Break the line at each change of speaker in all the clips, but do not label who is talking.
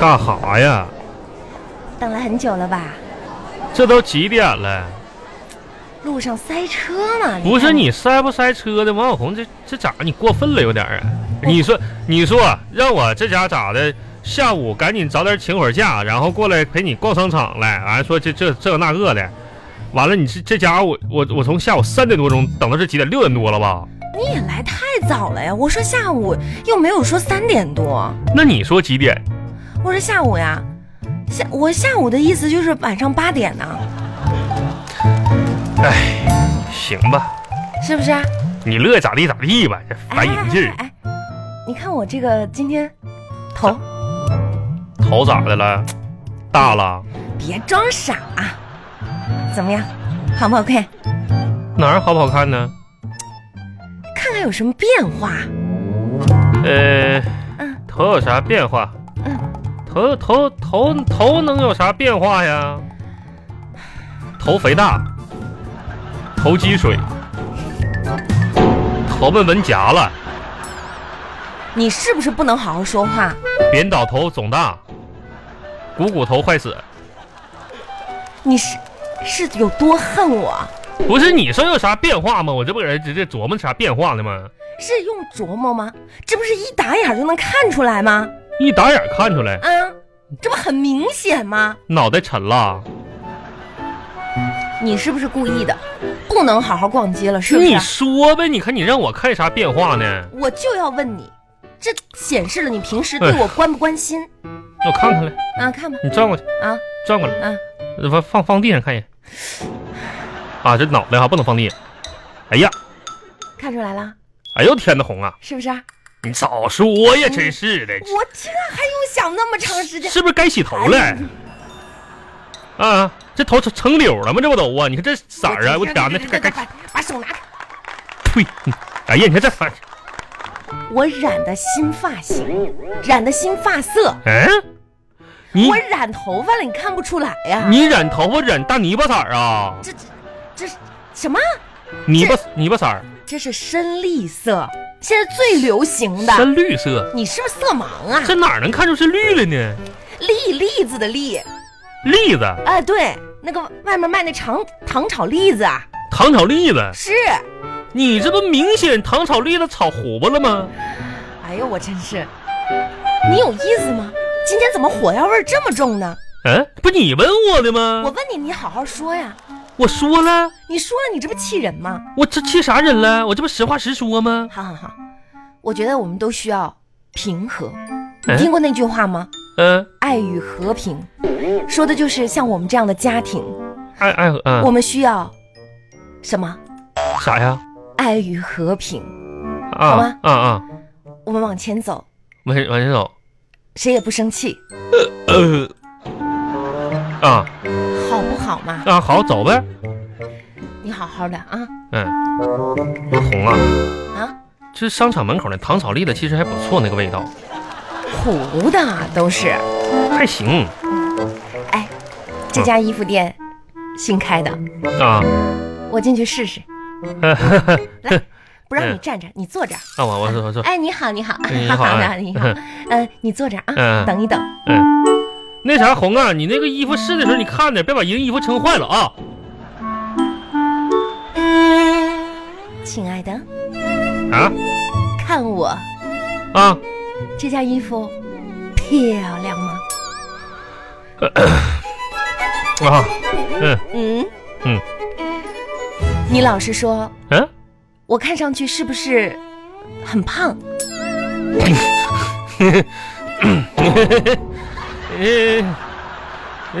干哈呀？
等了很久了吧？
这都几点了？
路上塞车呢？
不是
看
你塞不塞车的，王小红，这这咋你过分了有点儿啊？你说你说啊让我这家咋的？下午赶紧早点请会儿假，然后过来陪你逛商场来。完、说这这这那个的，完了你这这家伙我我我从下午三点多钟等到这几点六点多了吧？
你也来太早了呀！我说下午又没有说三点多，
那你说几点？
我说下午呀，下我下午的意思就是晚上八点呢、
哎，行吧，
是不是啊？
你乐意咋地咋地吧，这
哎
烦人劲儿。
哎哎，你看我这个今天头，
头咋的了？大了？
别装傻、啊怎么样？好不好看？
哪儿好不好看呢？
看看有什么变化？
呃，
嗯
头有啥变化？
嗯，
头头头头能有啥变化呀？头肥大，头积水，头们纹夹了，
你是不是不能好好说话？
扁倒头肿大，股骨头坏死。
你是是有多恨我？
不是你说有啥变化吗？我这不搁这直接琢磨啥变化呢吗？
是用琢磨吗？这不是一打眼就能看出来吗？
一打眼看出来，
啊，这不很明显吗？
脑袋沉了。
你是不是故意的？不能好好逛街了，是不啊
你
是？
说呗，你看你让我看啥变化呢？
我就要问你，这显示了你平时对
哎
我关不关心
我看看来，
啊？看吧，
你转过去，
啊
转过来。
啊，
放放放地上看一眼。啊，这脑袋哈、不能放地上。哎呀，
看出来了，
哎呦天呐，红啊！
是不是啊？
你早说呀，真是的，
我哎这还用想那么长时间？
是不是该洗头了？啊，这头成成绺了吗？这不都啊？你看这色儿啊，我天呐，该该
把把手拿开！
呸！哎呀，你看这反，
我染的新发型，染的新发色，
嗯、你
我染头发了，你看不出来呀？
你染头发染大泥巴色儿啊？
这这这是什么？
泥巴泥巴色儿，
这是深绿色，现在最流行的。
深绿色，
你是不是色盲啊？
这哪能看出是绿了呢？
栗栗子的栗，
栗子，
哎，对，那个外面卖那糖糖炒栗子啊，
糖炒栗子，
是。
你这不明显糖炒栗子炒糊巴了吗？
哎呦，我真是，你有意思吗？今天怎么火药味儿这么重呢？
嗯，不你问我的吗？
我问你，你好好说呀。
我说了，
你说了，你这不气人吗？
我这气啥人了？我这不实话实说吗？
好好好，我觉得我们都需要平和。你
嗯
听过那句话吗？
嗯、
爱与和平，说的就是像我们这样的家庭，
爱爱嗯、
我们需要什么？
啥呀？
爱与和平。
啊
好吧
啊啊！
我们往前走，
往前往前走，
谁也不生气，
呃，啊
好不好嘛？
啊，好走呗。
你好好的啊
嗯，那红啊，
啊，
这商场门口那糖炒栗子其实还不错，那个味道
糊的都是。
还行
哎，这家衣服店新开的，
啊。
我进去试试。来，不让你站着，你坐这儿。
那嗯我我说我说，
哎，你好，你好，
哎你好
好
哎
的，你好。嗯，你坐这儿啊，
嗯
等一等。
嗯，那啥红啊，你那个衣服试的时候你看点，别把人衣服撑坏了啊。
亲爱的，
啊
看我
啊，
这件衣服漂亮吗？
啊，嗯
嗯
嗯。
你老实说，
嗯，
我看上去是不是很胖？
呃，
你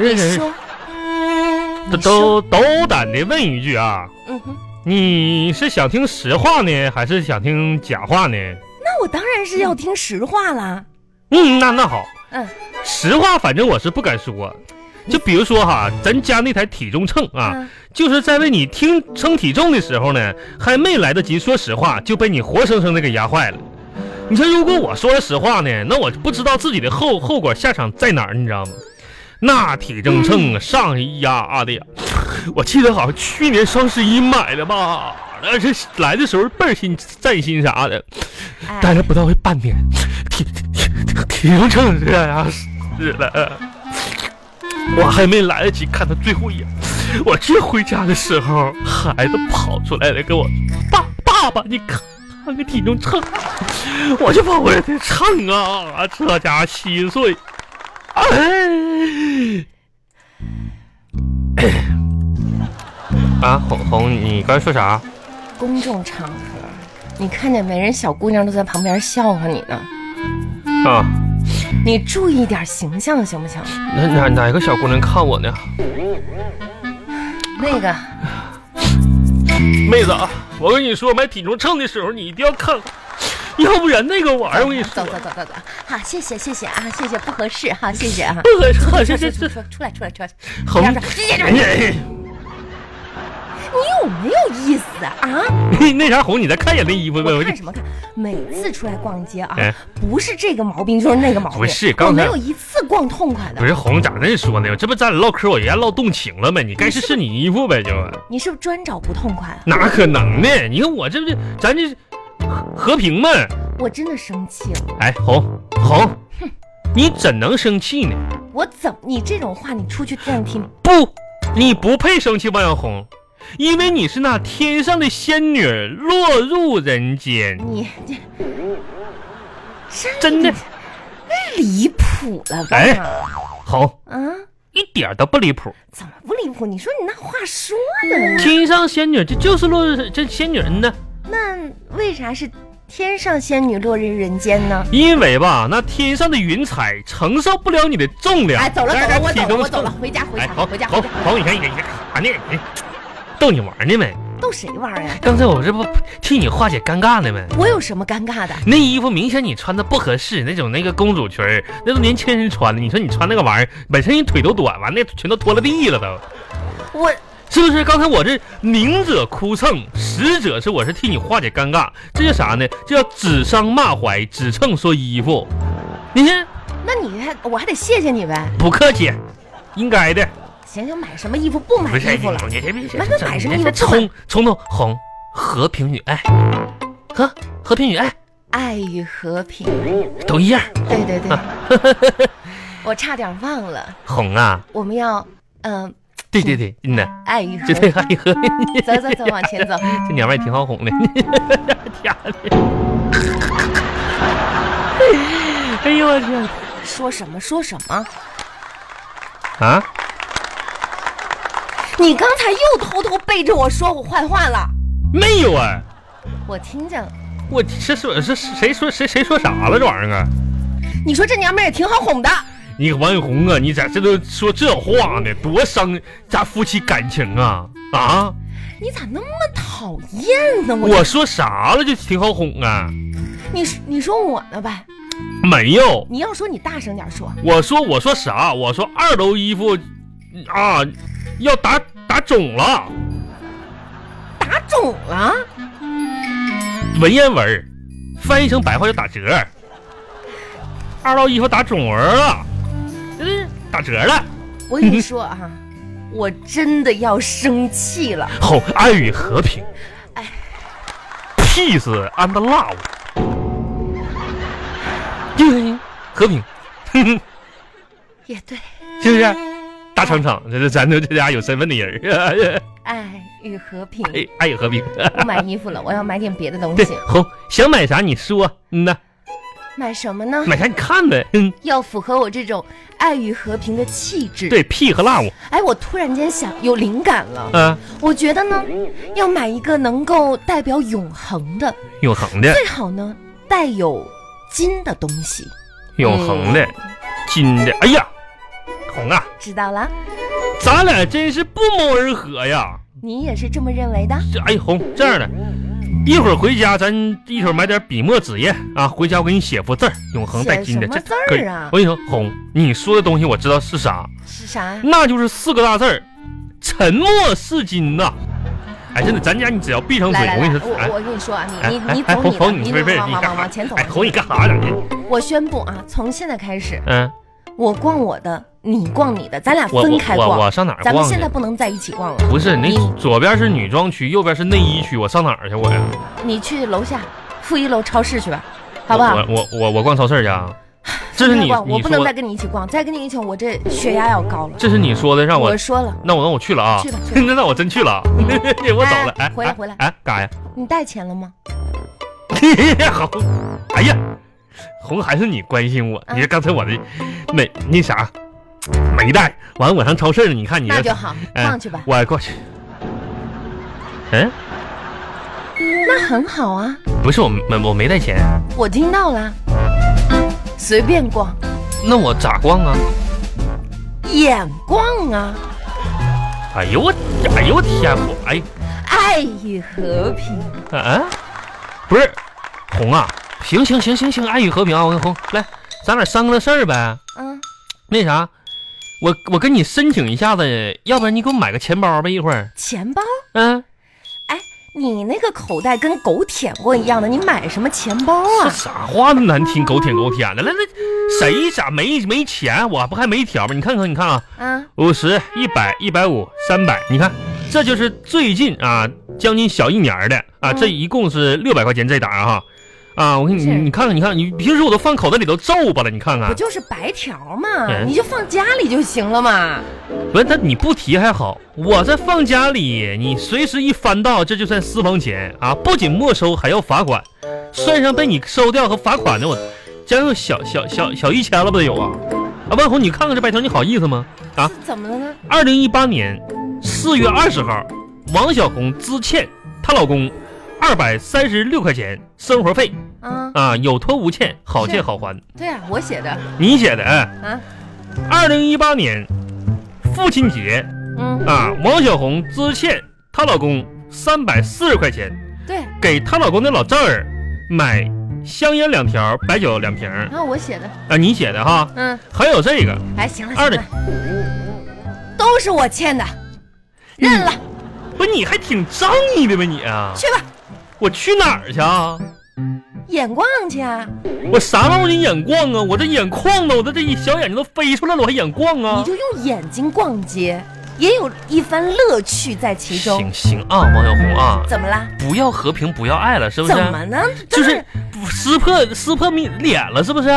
呃
说，
都
你说，
嗯都斗胆的问一句啊，
嗯哼，
你是想听实话呢，还是想听假话呢？
那我当然是要听实话啦。
嗯，那那好，
嗯，
实话反正我是不敢说。就比如说哈，咱家那台体重秤啊，
嗯
就是在为你听称体重的时候呢，还没来得及说实话，就被你活生生的给压坏了。你说如果我说了实话呢，那我就不知道自己的后后果下场在哪儿，你知道吗？那体重秤啊上一压的呀，我记得好像去年双十一买的吧，那是来的时候倍儿心占心啥的，
哎
待了不到半年，体体体重秤这样日了。我还没来得及看他最后一眼，我这回家的时候，孩子跑出来了，跟我爸爸爸，你看看个体重秤，啊我就把我这秤啊，这家稀碎，哎。 啊，红红，你刚才说啥？
公众场合，你看见没？人小姑娘都在旁边笑话你呢，
啊，
你注意点形象行不行？
哪哪哪个小姑娘看我呢？
那个，
妹子啊，我跟你说，买体重秤的时候你一定要看，要不然那个玩意儿，我跟你说
走，走走走走，好，谢谢谢谢啊，谢谢不合适哈、谢谢啊。
不合适，这
出
这
来
这
出来出来出来，
红，
让着直接让着你有没有意思啊？啊
那那啥哎红，你再看一眼那衣服呗，
我
我
看什么看？每次出来逛街啊
哎，
不是这个毛病就是那个毛病，
不是
我
刚才
没有一次逛痛快的
不。是红咋那说呢？我这不咱俩唠嗑，我一下唠动情了呗？你该是是你衣服呗，就
你是不是专找不痛快啊？
哪可能呢？你看我这不就咱这和和平嘛？
我真的生气了，
哎，红红，你怎能生气呢？
我怎么你这种话你出去电梯
不，你不配生气，王小红，因为你是那天上的仙女儿落入人间。
你这
嗯真的
离谱了吧？
哎红
啊，
一点都不离谱，
怎么不离谱？你说你那话说的，
天上仙女这就是落入这仙女人呢。
那为啥是天上仙女落日人间呢？
因为吧，那天上的云彩承受不了你的重量。
哎，走了走
来
了，我走了我走。了
来体，
回家
重
回
哎，
家
好，
回家
好，
回家，
好，你看你看你干啥呢？你逗你玩呢没？
逗谁玩儿呀？
刚才我这不替你化解尴尬呢没？
我有什么尴尬的？
那衣服明显你穿的不合适，那种那个公主裙儿，那都年轻人穿的。你说你穿那个玩意儿，本身你腿都短，完那全都拖了地了都，
我
是不是？刚才我这宁者哭蹭，实者是我是替你化解尴尬，这叫啥呢？这叫指桑骂槐，指蹭说衣服。你看
那你还我还得谢谢你呗。
不客气，应该的。
行行，买什么衣服不买
不是
衣服了？
你这别
买买买什么衣服啊
冲冲动红，和平与爱，和和平与爱哎
爱与和平。
都一样。
对对对， 我差点忘了，
红啊，
我们要嗯、
对对对，嗯呐，
爱与和
这对
平。
爱和平。
走走走，往前走。
这娘们儿挺好哄的， 天哪！哎呦我天
说什么说什么？
啊！
你刚才又偷偷背着我说我坏话了，
没有啊，
我听见了。
我这说是谁说谁谁说啥了这玩意儿啊？
你说这娘们儿也挺好哄的，
你王永红啊，你咋这都说这话呢？多伤咱夫妻感情啊啊！
你咋那么讨厌呢？我
我说啥了就挺好哄啊？
你你说我呢呗？
没有，
你要说你大声点说，
我说我说啥？我说二楼衣服啊要打打肿了，
打肿了。
文言文儿翻译成白话就打折儿。二楼衣服打肿儿了，嗯，打折了。
我跟你说啊，我真的要生气了。
吼，爱与和平
哎
，peace and love，对，和平， 哼哼
也对，
是不是？大厂长，这这咱都这家有身份的人儿，
爱与和平。
哎，爱与和平。
不买衣服了，我要买点别的东
对
西，。
红想买啥你说，嗯呐，
买什么呢？
买啥你看呗， 嗯，
要符合我这种爱与和平的气质。，
对，P 和 love，
哎，我突然间想有灵感了，
啊，
我觉得呢，要买一个能够代表永恒的，
永恒的，
最好呢带有金的东西，
永恒的，金的，哎呀，红啊，
知道啦？
咱俩真是不谋而合呀，
你也是这么认为的？
这哎红这样的，一会儿回家咱一会儿买点笔墨纸砚啊，回家我给你写幅字儿，永恒带金的，
写什么
这
字儿
可以
啊
我跟你说，红，你说的东西我知道是啥，
是啥呀？
那就是四个大字儿，沉默是金呐。哎，真的，咱家你只要闭上嘴，
来来
我跟你，
来
说，哎
我我跟你说啊，
哎
你你你
哎
走
红
你的，
红，
你
别别，
往
你
往
干
往
啥
往前走。
哎，红，你干啥呢？你
我宣布啊，从现在开始，
嗯，
我逛我的，你逛你的，咱俩
我
分
我
开
我
逛。
我上哪儿
咱们
逛
现在
去？
不能在一起逛了，
不是，那
你
左边是女装区，右边是内衣区，我上哪儿去我呀？
你去楼下负一楼超市去吧，好不好？
我我我我逛超市去啊？这是
不能
你
逛我
你
不能
说
再
的，
跟你一起逛，再跟你一起，我这血压要高了。
这是你说的，让我
我说了，
那我那我去了啊
去吧，去吧
那那我真去了啊， 我走了，哎，
回来回来
哎，干啥呀？
你带钱了吗？
好，哎呀，红还是你关心我，
嗯
你看刚才我的没那啥没带，完了我上超市呢，你看你
那
这
就好，
哎
逛去吧，
我过去，嗯，
那很好啊。
不是我没我没带钱，
我听到了，随便逛，
那我咋逛啊？
眼逛啊，
哎呦我，哎呦我天，我哎
爱与和平。
啊，不是红啊，行行行行行，爱与和平啊，我跟红来，咱俩商量个事儿呗。
嗯，
那啥，我我跟你申请一下子，要不然你给我买个钱包呗，一会儿。
钱包，
嗯，
你那个口袋跟狗舔过一样的，你买什么钱包
这
啊？
啥话那么难听，狗舔狗舔的。来来，谁咋没没钱？我不还没条吗？你看看，你看啊，
啊，
五十、一百、一百五、三百，你看，这就是最近啊，将近小一年儿的啊，
嗯
这一共是六百块钱这沓儿哈。啊，我看你，
是
你看看，你看，你平时我都放口袋里都皱巴了，你看
不
看。
就是白条嘛？
嗯
你就放家里就行了嘛。
不是，那你不提还好，我这放家里，你随时一翻到，这就算私房钱啊！不仅没收，还要罚款，算上被你收掉和罚款的，我将有小小小小一千了吧得有啊！啊，万红，你看看这白条，你好意思吗？啊，
这怎么了呢？
二零一八年四月二十号，王小红资欠她老公二百三十六块钱生活费
啊，
啊，有拖无欠，好
是
借好还。
对啊，我写的
你写的，哎，
啊，
二零一八年父亲节。
嗯，
啊，王小红支欠她老公三百四十块钱，
对，
给她老公的老丈人买香烟两条，白酒两瓶儿
然后我写的，
啊，你写的哈，
嗯，
还有这个
哎，行了，
二
行
的
了，，都是我欠的，
嗯
认了，
不是你还挺仗义的呗你啊？
去吧，
我去哪儿去啊？
眼逛去啊，
我啥玩意儿我得眼逛啊？我这眼眶呢，我的这一小眼睛都飞出来了，我还眼逛
你
啊？
就用眼睛逛街，也有一番乐趣在其中。
行行啊，王小红啊，
怎么啦？
不要和平，不要爱了，是不是
怎？么呢？
就是撕破撕破面脸了，是不是？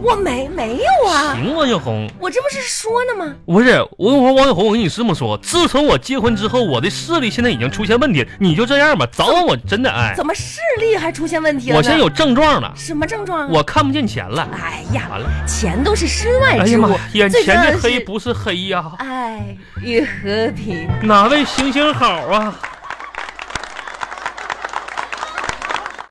我没没有啊，
行，王小红。
我这不是说呢吗？
不是，我跟我王小红，我跟你这么说，自从我结婚之后，我的视力现在已经出现问题了。你就这样吧，早晚我真的哎，
怎么视力还出现问题了呢？
我现在有症状了，
什么症状啊？
我看不见钱了。
哎呀，
完了，
钱都是身外
哎
之
呀妈
物，，
眼
最重
前
要
的
的
黑
是
不是黑呀、
爱与和平。
哪位行行好啊？